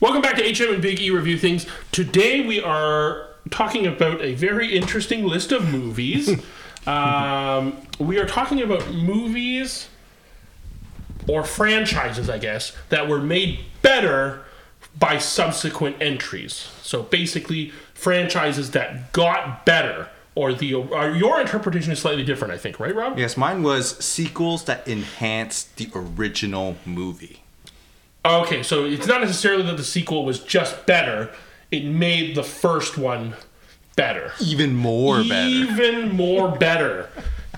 to HM and Big E Review Things. Today we are talking about a very interesting list of movies. um, we are talking about movies or franchises, I guess, that were made better by subsequent entries. So basically, franchises that got better. Or the or your interpretation is slightly different, I think, right, Rob? Yes, mine was sequels that enhanced the original movie. Okay, so it's not necessarily that the sequel was just better; it made the first one better. Even more better. Even more better,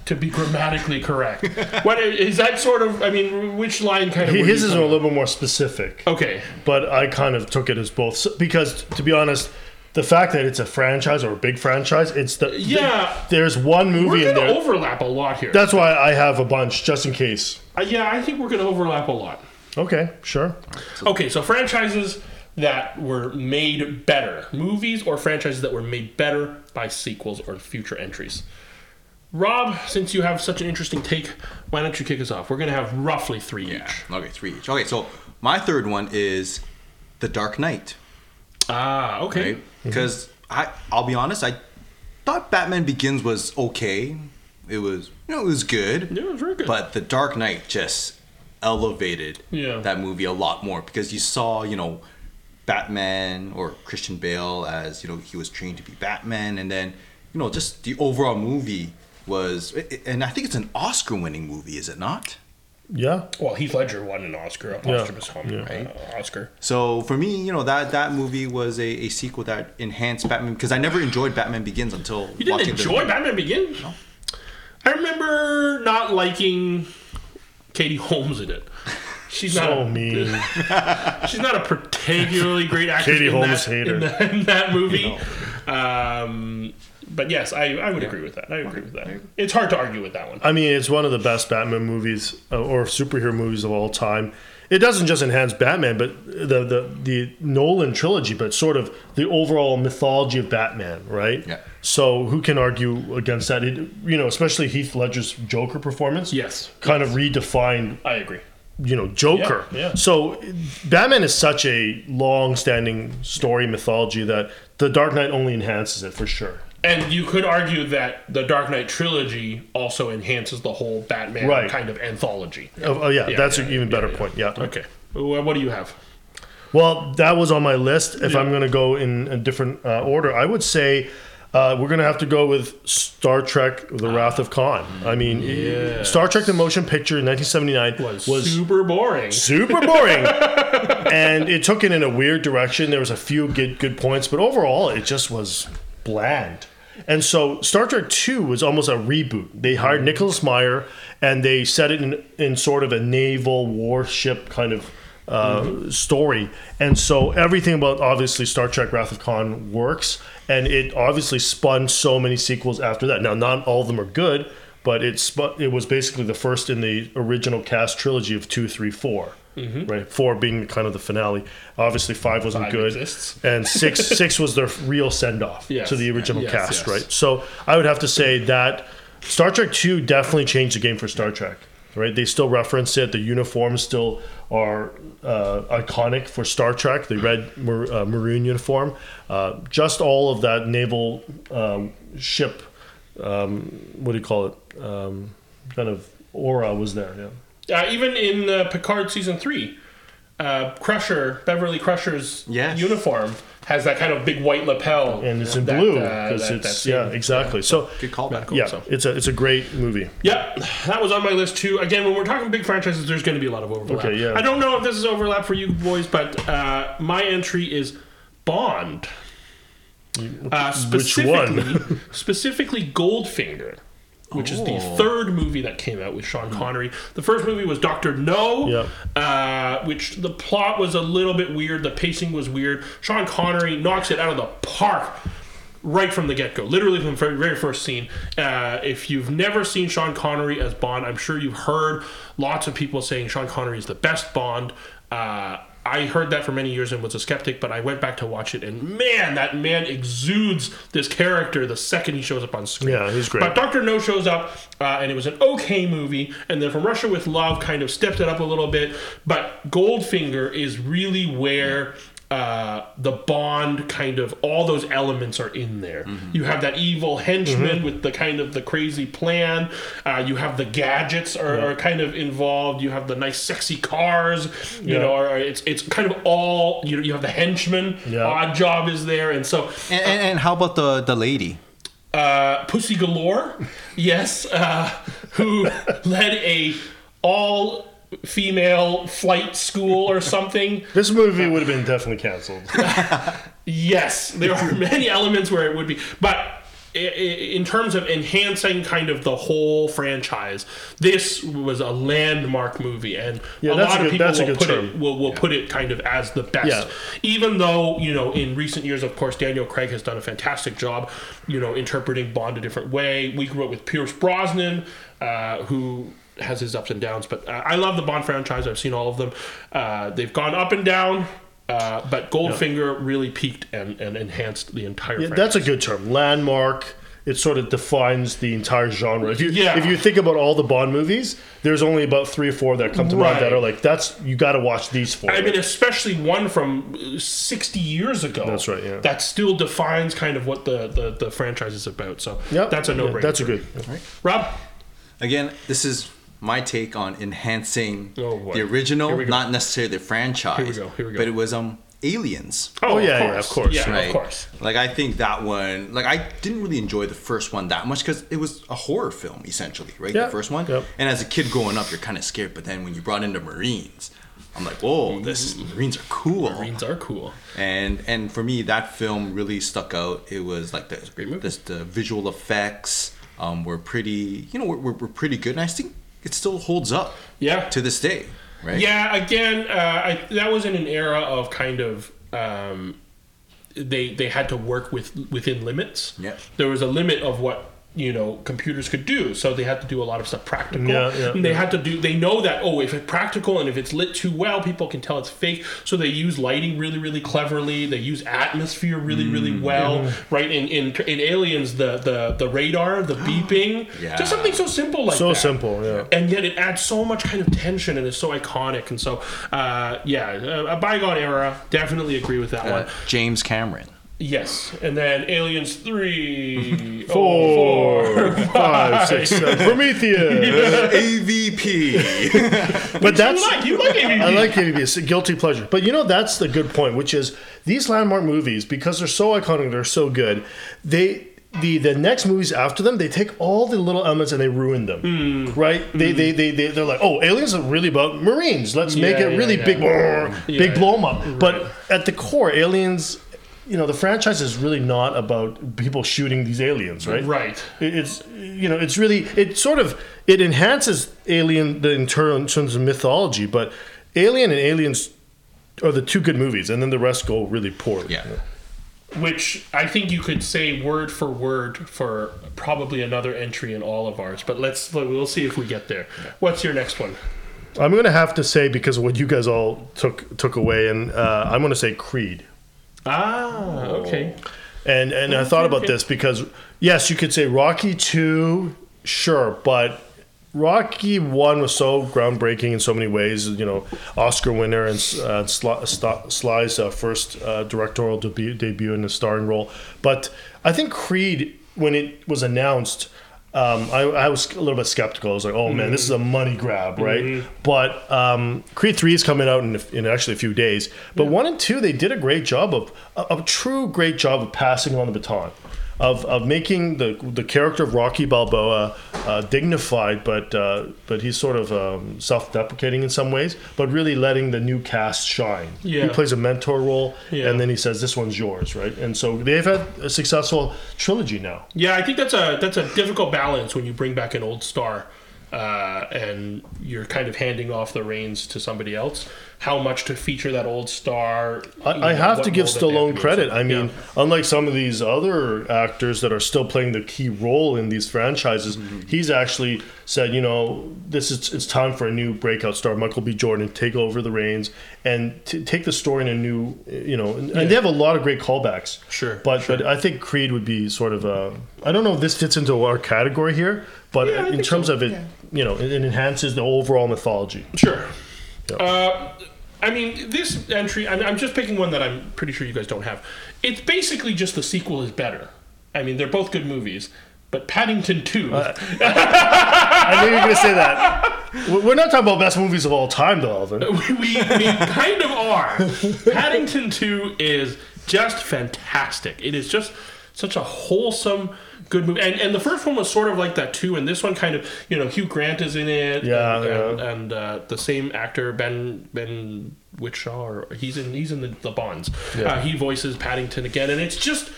to be grammatically correct. What is that sort of? I mean, which line kind of? were His you is a coming- little bit more specific, Okay, but I kind of took it as both So- because, to be honest, the fact that it's a franchise or a big franchise, it's the Yeah. there's one movie we're in gonna there. overlap a lot here. That's why I have a bunch just in case. Uh, yeah, I think we're gonna overlap a lot. Okay, sure. Okay, so franchises that were made better, movies or franchises that were made better by sequels or future entries. Rob, since you have such an interesting take, why don't you kick us off? We're gonna have roughly three each. Okay, three each. Okay, so my third one is The Dark Knight. Ah, okay. right? Because I, I'll be honest, I thought Batman Begins was okay. It was, you know, it was good. Yeah, it was very good. But The Dark Knight just elevated Yeah. that movie a lot more because you saw, you know, Batman or Christian Bale as, you know, he was trained to be Batman. And then, you know, just the overall movie was, and I think it's an Oscar winning movie, is it not? Yeah. Well, Heath Ledger won an Oscar, a posthumous hom- Yeah. uh, Oscar. So for me, you know, that, that movie was a, a sequel that enhanced Batman because I never enjoyed Batman Begins until You didn't watching the- enjoy Batman Begin? I remember not liking Katie Holmes in it. She's not So a- mean. She's not a particularly great actress. Katie in Holmes that, hater. in, that- in that movie. Um, but yes, I, I would agree with that. I agree with that. It's hard to argue with that one. I mean, it's one of the best Batman movies uh, or superhero movies of all time. It doesn't just enhance Batman, but the, the the Nolan trilogy, but sort of the overall mythology of Batman, right? Yeah. So who can argue against that? It, you know, especially Heath Ledger's Joker performance. Yes. Kind of redefined I agree. you know Joker. Yeah, yeah. So Batman is such a long-standing story mythology that The Dark Knight only enhances it for sure. And you could argue that the Dark Knight trilogy also enhances the whole Batman Right. kind of anthology. Oh, oh, yeah, Yeah, that's yeah, an even better point. Yeah. Okay. Well, What do you have? Well, that was on my list. If I'm going to go in a different uh, order, I would say uh, we're going to have to go with Star Trek: The Wrath of Khan. I mean, Star Trek: The Motion Picture in 1979 was, super boring. super boring, and it took it in a weird direction. There was a few good good points, but overall, it just was bland. And so, Star Trek Two was almost a reboot. They hired Nicholas Meyer, and they set it in in sort of a naval warship kind of. Uh, Story and so everything about obviously Star Trek Wrath of Khan works, and it obviously spun so many sequels after that. Now, not all of them are good, but it's sp- it was basically the first in the original cast trilogy of two, three, four. Right, four being kind of the finale. Obviously, five wasn't Mm-hmm. Five good, exists. and six six was their real send off Yes. to the original Yes, cast. yes. Right, so I would have to say that Star Trek Two definitely changed the game for Star Trek. Right, they still reference it. The uniforms still are uh, iconic for Star Trek. The red mar- uh, maroon uniform, uh, just all of that naval um, ship um, what do you call it? Um, kind of aura was there. Yeah. Uh, even in uh, Picard season three, uh, Crusher Beverly Crusher's Yes. uniform has that kind of big white lapel, And it's in that, blue uh, because that- it's that same- yeah exactly. So Good callback. yeah, so. it's a it's a great movie. Yep, that was on my list too. Again, when we're talking big franchises, there's going to be a lot of overlap. Okay, yeah. I don't know if this is overlap for you boys, but uh, my entry is Bond. Uh, which one? specifically, specifically Goldfinger, which is the Oh. third movie that came out with Hmm. Sean Connery. The first movie was Doctor No, Yep. uh, which the plot was a little bit weird. The pacing was weird. Sean Connery knocks it out of the park right from the get go, literally from the very- very first scene. Uh, if you've never seen Sean Connery as Bond, I'm sure you've heard lots of people saying Sean Connery is the best Bond. Uh, I heard that for many years and was a skeptic, but I went back to watch it, and man, that man exudes this character the second he shows up on screen. Yeah, he's great. But Doctor No shows up, uh, and it was an okay movie. And then From Russia with Love kind of stepped it up a little bit. But Goldfinger is really where uh, the Bond kind of all those elements are in there. Mm-hmm. You have that evil henchman with the kind of the crazy plan. Uh, you have the gadgets are, are kind of involved. You have the nice sexy cars. You Yeah. know, or it's it's kind of all you know. You have the henchman. Yeah. Odd job is there, and so And, and, and how about the the lady? uh, Pussy Galore, yes, uh, who led a all female flight school or something. This movie would have been definitely canceled. Yes, there are many elements where it would be, but i- i- in terms of enhancing kind of the whole franchise, this was a landmark movie, and Yeah, a that's lot a of good- people that's a will good put it term. will will put it kind of as the best. Yeah. Even though you know, in recent years, of course, Daniel Craig has done a fantastic job, you know, interpreting Bond a different way. We grew up with Pierce Brosnan, uh, who has his ups and downs, but uh, I love the Bond franchise. I've seen all of them. Uh, they've gone up and down. Uh, but Goldfinger really peaked and, and enhanced the entire. Yeah, franchise. that's a good term. Landmark. It sort of defines the entire genre. If you Yeah. if you think about all the Bond movies, there's only about three or four that come to mind Right. that are like that's you got to watch these four. I mean, especially one from uh, 60 years ago. That's right, yeah. That still defines kind of what the, the, the franchise is about. So Yep. that's a no brainer. Yeah, that's a good. Rob? Again, this is my take on enhancing Oh, boy. the Here original, we go. not necessarily the franchise. go, here we go. But it was um Aliens. Oh, yeah, yeah, of course, Yeah, right? of course. Like I think that one, like I didn't really enjoy the first one that much because it was a horror film essentially, right? Yeah. The first one. Yep. And as a kid growing up, you're kind of scared. But then when you brought in the Marines, I'm like, whoa, this Marines are cool. Mm-hmm. Marines are cool. And and for me, that film really stuck out. It was like the this- the visual effects um, were pretty, you know, were, were, were pretty good. And I think it still holds up. Yeah. To this day, right? Yeah, again, uh, I, that was in an era of kind of um, they they had to work with within limits. Yeah. there was a limit of what you know computers could do, so they had to do a lot of stuff practical. Yeah, yeah, and they yeah. had to do. They know that oh, if it's practical and if it's lit too well, people can tell it's fake. So they use lighting really, really cleverly. They use atmosphere really, really Mm, well. Right in in, in Aliens, the the the radar, the beeping, Yeah. just something so simple like So that simple, yeah. and yet it adds so much kind of tension and is so iconic and so uh, yeah a a bygone era definitely agree with that Uh, one James Cameron. yes and then aliens three oh, Four, five, six, seven. Prometheus. AVP. But that's you like you like AVP. I like AVP. It's a guilty pleasure. But you know, that's the good point, which is these landmark movies, because they're so iconic, they're so good, they the the next movies after them, they take all the little elements and they ruin them. Hmm. Right? They, they they they they're like, oh, aliens are really about Marines. Let's make Yeah, it yeah, really yeah. big brrr, Yeah. big blow 'em up. But at the core, aliens you know, the franchise is really not about people shooting these aliens, right? right It- it's you know it's really it sort of it enhances alien the in ter- in terms of mythology but alien and aliens are the two good movies and then the rest go really poorly yeah. which I think you could say word for word for probably another entry in all of ours but let's we'll see if we get there what's your next one i'm gonna have to say because of what you guys all took took away and uh, i'm gonna say creed ah okay and and i thought about this because yes you could say rocky 2 sure but rocky 1 was so groundbreaking in so many ways you know oscar winner and uh, Sly, Sto- sly's uh, first uh, directorial debut, debut in a starring role but i think creed when it was announced um, I, I was a little bit skeptical. I was like, "Oh man, this is a money grab, right?" Mm-hmm. But um, Creed Three is coming out in, in actually a few days. But one and two, they did a great job of a, a true great job of passing on the baton, of, of making the the character of Rocky Balboa uh, dignified, but uh, but he's sort of um, self deprecating in some ways, but really letting the new cast shine. Yeah. He plays a mentor role, Yeah. and then he says, "This one's yours," right? And so they've had a successful trilogy now. Yeah, I think that's a that's a difficult balance when you bring back an old star, uh, and you're kind of handing off the reins to somebody else. How much to feature that old star? you know, I, I have what to give role that they have Stallone to be credit. in. I mean, Yeah. unlike some of these other actors that are still playing the key role in these franchises, Mm-hmm. he's actually said, you know, this is it's time for a new breakout star, Michael B. Jordan, to take over the reins and t- take the story in a new, you know, and, and they have a lot of great callbacks. Sure, but but I think Creed would be sort of a. I don't know if this fits into our category here, but Yeah, I in think terms so. of it, you know, it, it enhances the overall mythology. sure. Uh, I mean, this entry, I'm, I'm just picking one that I'm pretty sure you guys don't have. It's basically just the sequel is better. I mean, they're both good movies, but Paddington 2. Uh, I knew you were going to say that. We- We're not talking about best movies of all time, though, Alvin. we, we, we kind of are. Paddington 2 is just fantastic. It is just such a wholesome, good movie. And, and the first one was sort of like that too. And this one kind of, you know, Hugh Grant is in it. Yeah, And, yeah. and, and, uh, the same actor, Ben Ben Whishaw, or he's in he's in the, the Bonds. Uh, he voices Paddington again. And it's just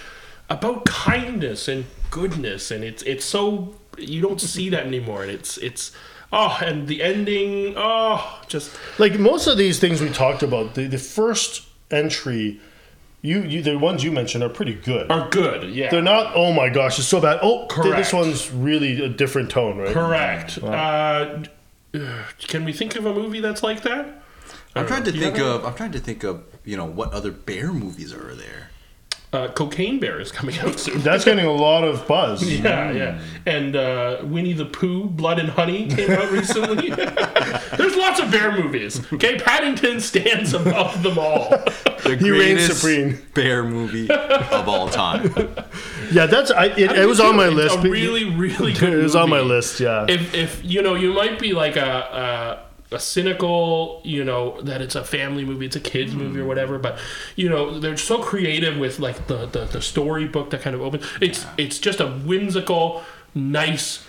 about kindness and goodness. And it's it's so. You don't see that anymore, and it's it's oh, and the ending oh, just Like most of these things we talked about, the, the first entry, you, you the ones you mentioned are pretty good. are good. Yeah, They're not. Oh my gosh, it's so bad. Oh, th- Correct. this one's really a different tone, right? correct. Uh, uh, can we think of a movie that's like that? I'm trying to Do you think have of. I'm trying to think of. You know what other bear movies are there? Uh, Cocaine Bear is coming out soon. That's getting a lot of buzz. Yeah, yeah, Hmm. and uh, Winnie the Pooh, Blood and Honey came out recently. There's lots of bear movies. Okay, Paddington stands above them all. The He reigns greatest supreme. bear movie of all time. Yeah, that's. I, it it was on my It's list. A but- really, really it good. was on my movie. list. Yeah. if if you know you might be like a a, a cynical you know that it's a family movie it's a kids movie or whatever but you know they're so creative with like the the, the storybook that kind of opens it's it's just a whimsical nice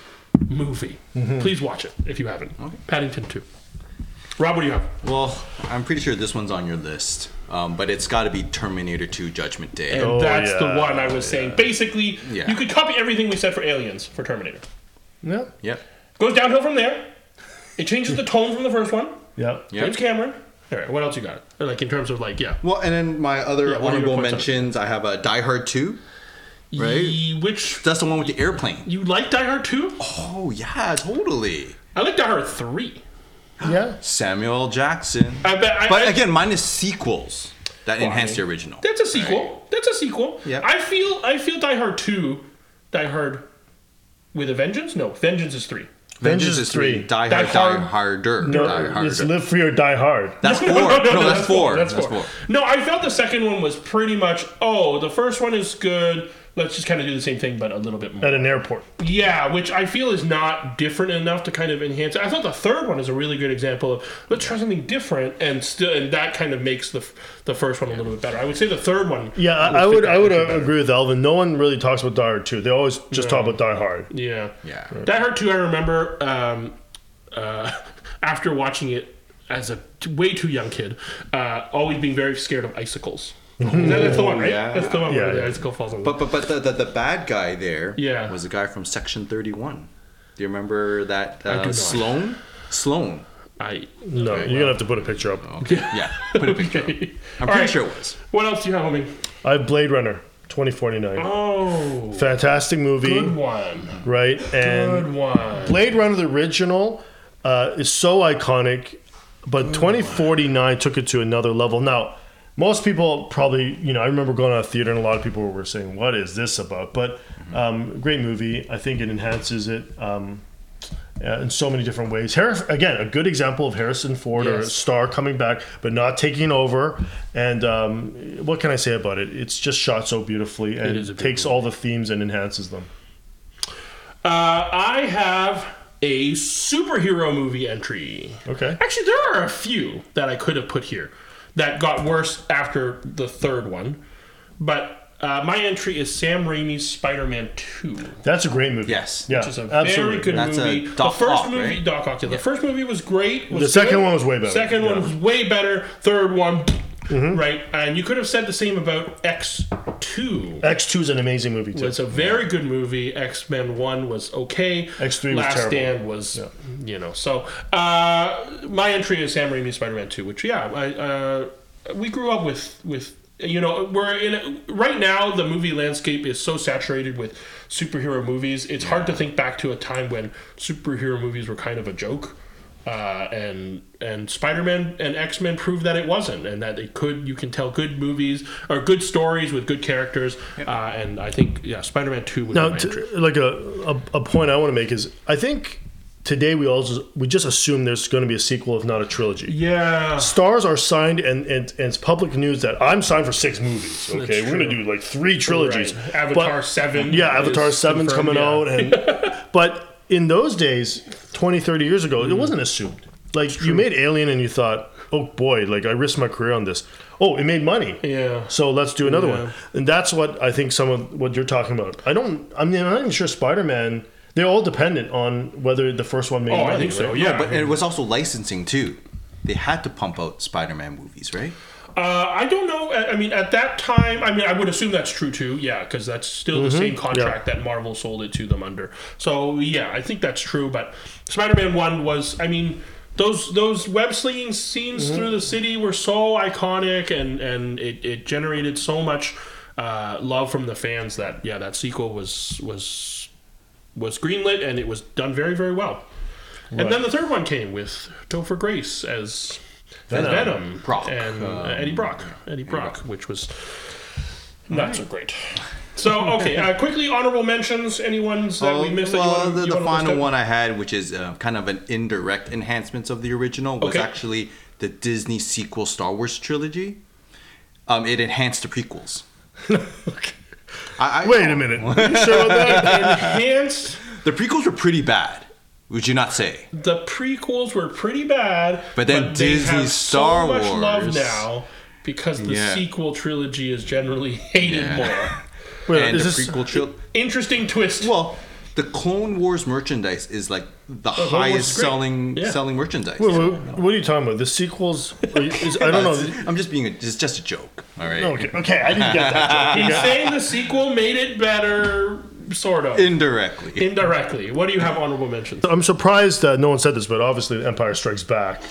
movie please watch it if you haven't paddington 2 rob what do you have Well, I'm pretty sure this one's on your list, um, but it's got to be Terminator 2: Judgment Day. and that's Oh, yeah, the one i was saying basically Yeah. you could copy everything we said for aliens for terminator yeah. Yep. goes downhill from there it changes the tone from the first one Yeah. Yep. james cameron all right what else you got like in terms of like yeah Well, and then my other Yeah, what are your honorable points on it? mentions, I have a Die Hard 2. right? Ye- which That's the one with the airplane. you like Die Hard two? Oh yeah, totally. I like Die Hard three. Yeah. Samuel L. Jackson. I bet. I, But I- again, mine is sequels that enhance the original. that's a sequel. That's a sequel. Yeah. I feel. I feel Die Hard two, Die Hard, with a Vengeance. No, Vengeance is three. Vengeance Vengeance is three. three. Die, Die hard, die Hard. harder. No, die harder. it's live free or die hard. that's four. No, No, no, no, that's, four. That's, four. No, I felt the second one was pretty much. Oh, the first one is good. Let's just kind of do the same thing, but a little bit more. At an airport. Yeah, which I feel is not different enough to kind of enhance. it. I thought the third one is a really good example of let's try something different, and still, and that kind of makes the f- the first one a little bit better. I would say the third one. Yeah, I, I would. I would uh, agree with Alvin. No one really talks about Die Hard 2. They always just talk about Die Hard. Yeah. Yeah. Die Hard 2, I remember um, uh, after watching it as a t- way too young kid, uh, always being very scared of icicles. That- that's the one, right? yeah. That's the one where Yeah, the yeah. icicle falls on But but but the, the, the bad guy there Yeah. was the guy from Section Thirty One. Do you remember that do uh, not. Sloan? Sloan. I. No, you're gonna have to put a picture up. Okay. Yeah. Put a picture. up. I'm pretty right. sure it was. What else do you have, homie? I have Blade Runner 2049. Oh, Fantastic movie, good one. right? And Good one. Blade Runner the original uh, is so iconic, Oh but 2049 took it to another level. Now, most people probably, you know, I remember going to a theater and a lot of people were saying, "What is this about?" But Mm-hmm. um, great movie. I think it enhances it. Um, uh, in so many different ways. Harris, again, a good example of Harrison Ford or a Yes. star coming back, but not taking over. And um, what can I say about it? It's just shot so beautifully is and a it beautiful takes all the themes and enhances them. Uh, I have a superhero movie entry. Okay. Actually, there are a few that I could have put here that got worse after the third one. But uh, my entry is Sam Raimi's Spider Man 2, which That's a great movie. Yes. Yeah. is a absolutely. very good That's a movie. Doc the first Ock, movie, right? Doc Ock, yeah, the first movie was great. was The second good. one was way better. Second one Yeah. Mm-hmm. was way better. Third one, right? And you could have said the same about X2. X2 is an amazing movie too. It's a very good movie. X Men One was okay. X3 was Last terrible. Stand was, you know. So uh, my entry is Sam Raimi's Spider Man Two, which yeah, I, uh, we grew up with with you know we're in a, right now the movie landscape is so saturated with superhero movies. It's hard to think back to a time when superhero movies were kind of a joke. Uh, and and Spider-Man and X-Men proved that it wasn't, and that it could you can tell good movies or good stories with good characters. Uh, and I think yeah, Spider-Man Two was Now, my t- entry. like a, a, a point I want to make is I think today we all just, we just assume there's going to be a sequel, if not a trilogy. Yeah. Stars are signed, and, and, and it's public news that I'm signed for six movies. Okay, we're going to do like three trilogies. Right. Avatar But- 7. yeah, Avatar is 7's confirmed, coming yeah. out. and But in those days, 20, 30 years ago, Mm. it wasn't assumed. Like, you made Alien and you thought, oh boy, like I risked my career on this. Oh, it made money. Yeah. So let's do another Yeah. one. And that's what I think some of what you're talking about. I don't, I mean, I'm not even sure Spider Man, they're all dependent on whether the first one made Oh, money. I think so. right? Yeah. But and it was also licensing too. They had to pump out Spider-Man movies, right? Uh, I don't know. I I mean, at that time, I mean, I would assume that's true too. Yeah, because that's still the same contract that Marvel sold it to them under. So yeah, I think that's true. But Spider-Man One was, I mean, those those web slinging scenes through the city were so iconic, and and it, it generated so much uh, love from the fans that yeah, that sequel was was was greenlit and it was done very very well. And then the third one came with Topher Grace as Venom, as Venom Brock, and uh, um, Eddie Brock, Eddie Brock, which was not so great. So okay, uh, quickly honorable mentions. Anyone's that we missed? that you Um, well, wanna- the, you the wanna list final out? one I had, which is uh, kind of an indirect enhancements of the original, was Okay. actually the Disney sequel Star Wars trilogy. Um, it enhanced the prequels. I, I, Wait a minute. You sure about that? Enhanced. The prequels were pretty bad. Would you not say? The prequels were pretty bad, But then they have Disney's Star so much love Wars- now because the Yeah. sequel trilogy is generally hated Yeah. more. Wait, and is the this- prequel trilogy. Interesting twist. Well, the Clone Wars merchandise is like the Wars highest is great. selling Yeah. selling merchandise. Wait, wait, what are you talking about? The sequels? are you- is- I don't know. Uh, I'm just being a, it's just a joke. All right. Okay, okay, I didn't get that. joke. He's Okay. saying the sequel made it better, sort of. Indirectly. Indirectly. What do you have honorable mentions? I'm surprised that no one said this, but obviously, Empire Strikes Back,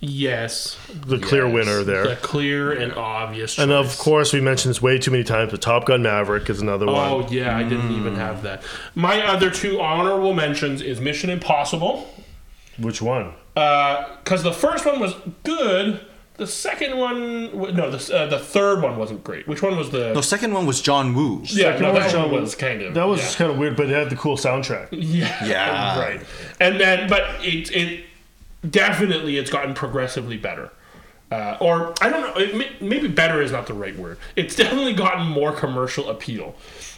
Yes. the clear Yes. winner there. The clear and obvious. and choice. of course, we mentioned this way too many times, but Top Gun Maverick is another one. Oh yeah, I didn't even have that. My other two honorable mentions is Mission Impossible, Which one? because the first one was good. The second one, w- no, the, uh, the third one wasn't great. Which one was the? The second one was John Woo. yeah, no, one that one was- was kind of That was yeah. kind of weird, but it had the cool soundtrack. Yeah. Yeah. Right. And then, but it it definitely it's gotten progressively better. Uh, or I don't know. It may, maybe better is not the right word. It's definitely gotten more commercial appeal.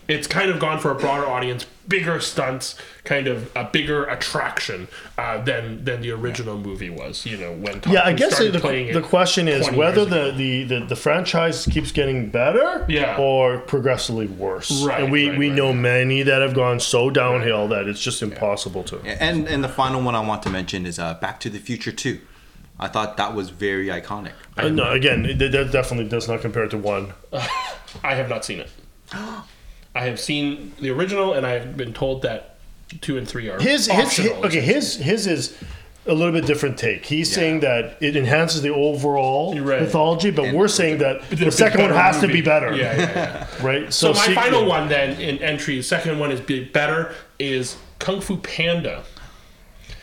It's kind of gone for a broader audience, bigger stunts, kind of a bigger attraction uh, than than the original movie was. You know, when Tom Yeah, I Cruise guess the, started the, playing it question is 20 whether years ago. the, the, the, the franchise keeps getting better Yeah. or progressively worse. Right, and we, right, we right, know many that have gone so downhill that it's just impossible to. And and the final one I want to mention is uh, Back to the Future 2. I thought that was very iconic. Uh, no, again, it- that definitely does not compare to one. I have not seen it. I have seen the original, and I have been told that two and three are his his, his optional. okay his his is a little bit different take. He's saying that it enhances the overall Right. mythology, but we're saying that the second one better has to movie. be better, Yeah, yeah, yeah. right? so my see- final one then in entry, second one is be better is Kung Fu Panda.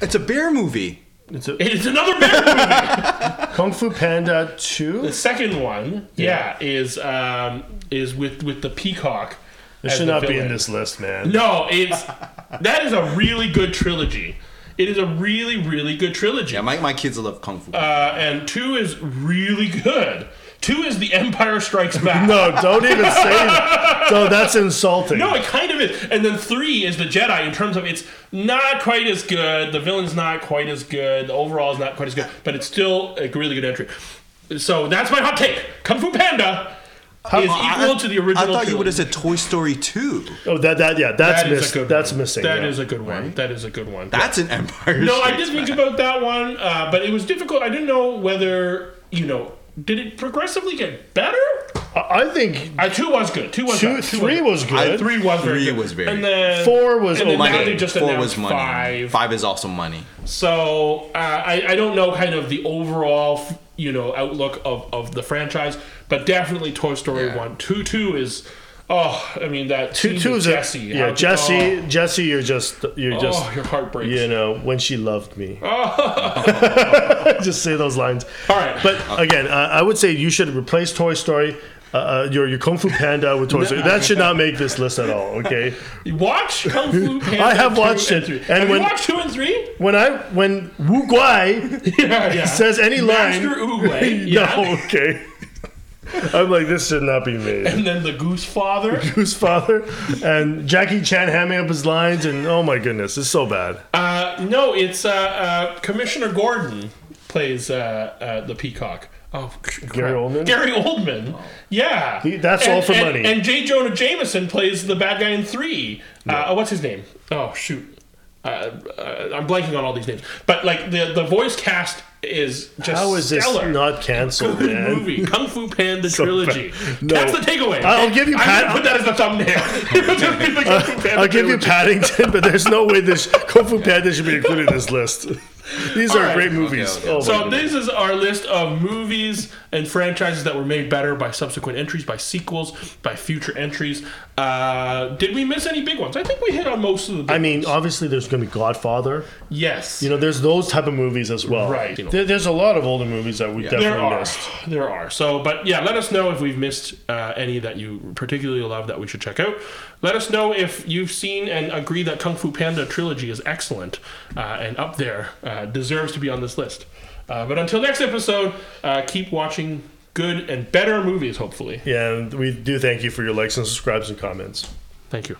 It's a bear movie. it's a, It's another better movie. Kung Fu Panda Two. The second one, yeah, is um, is with with the peacock. It as should the not be in villain. this list, man. No, it's that is a really good trilogy. It is a really really good trilogy. Yeah, my, my kids love Kung Fu. Uh, and two is really good. Two is The Empire Strikes Back. No, don't even say that. No, that's insulting. No, it kind of is. And then three is the Jedi in terms of it's not quite as good. The villain's not quite as good. The overall is not quite as good, but it's still a really good entry. So that's my hot take. Kung Fu Panda is I- I- equal to the original. I thought you would have trilogy. said Toy Story 2. oh, that that yeah, that's That is missed. a good That's one. missing. That yeah. is a good one. That is a good one. That's an Empire. No, I Strikes did Back. think about that one, uh, but it was difficult. I didn't know whether you know. Did it progressively get better? I I think Uh, two was good. Two was two, good. Two three good. was I- good. Three was very Three good. was very And then Four was and then okay. now they just Four announced was money. five. is also money. So uh, I I don't know kind of the overall f- you know outlook of of the franchise, but definitely Toy Story Yeah. one. Two two is oh I mean that Two, two is a- Jesse Yeah, Jesse. Jesse, you're just you're Oh, just oh, your heart breaks. Oh, You know, when she loved me. Just say those lines. All right, But again, I, I would say you should replace Toy Story uh, uh, your your Kung Fu Panda with Toy Story. That should not make this list at all. Okay. You watch Kung Fu Panda. I have two watched and it, three. and have when- you watched two and three? When I when Wu Guai Yeah, yeah. says any line, Master Oogway. Yeah. no, okay. I'm like this should not be made. And then the Goose Father. Whose father and Jackie Chan hamming up his lines and oh my goodness, it's so bad. Uh, no, it's uh, uh, Commissioner Gordon plays uh, uh, the peacock. Oh, crap. Gary Oldman? Gary Oldman. Yeah. He- that's And- all for and- money. And J. Jonah Jameson plays the bad guy in three. Uh, oh, what's his name? Oh, shoot. Uh, uh, I'm blanking on all these names. But, like, the, the voice cast is just How is this stellar. not canceled, Good man? movie, Kung Fu Panda trilogy. No. That's the takeaway. I'll give you I'm Pat- gonna put that as the thumbnail. The Kung Fu Panda I'll give you trilogy. Paddington, but there's no way this Kung Fu Panda should be included in this list. These are right. great movies. okay. Oh my So goodness. this is our list of movies and franchises that were made better by subsequent entries, by sequels, by future entries. Uh, did we miss any big ones? I think we hit on most of the. Big I mean, obviously, there's going to be Godfather. yes, You know, there's those type of movies as well. Right. There, there's a lot of older movies that we there definitely are, missed. there are. So, but yeah, let us know if we've missed uh, any that you particularly love that we should check out. Let us know if you've seen and agree that Kung Fu Panda trilogy is excellent uh, and up there, uh, deserves to be on this list. Uh, but until next episode, uh, keep watching good and better movies. Hopefully, Yeah, and we do thank you for your likes and subscribes and comments. thank you.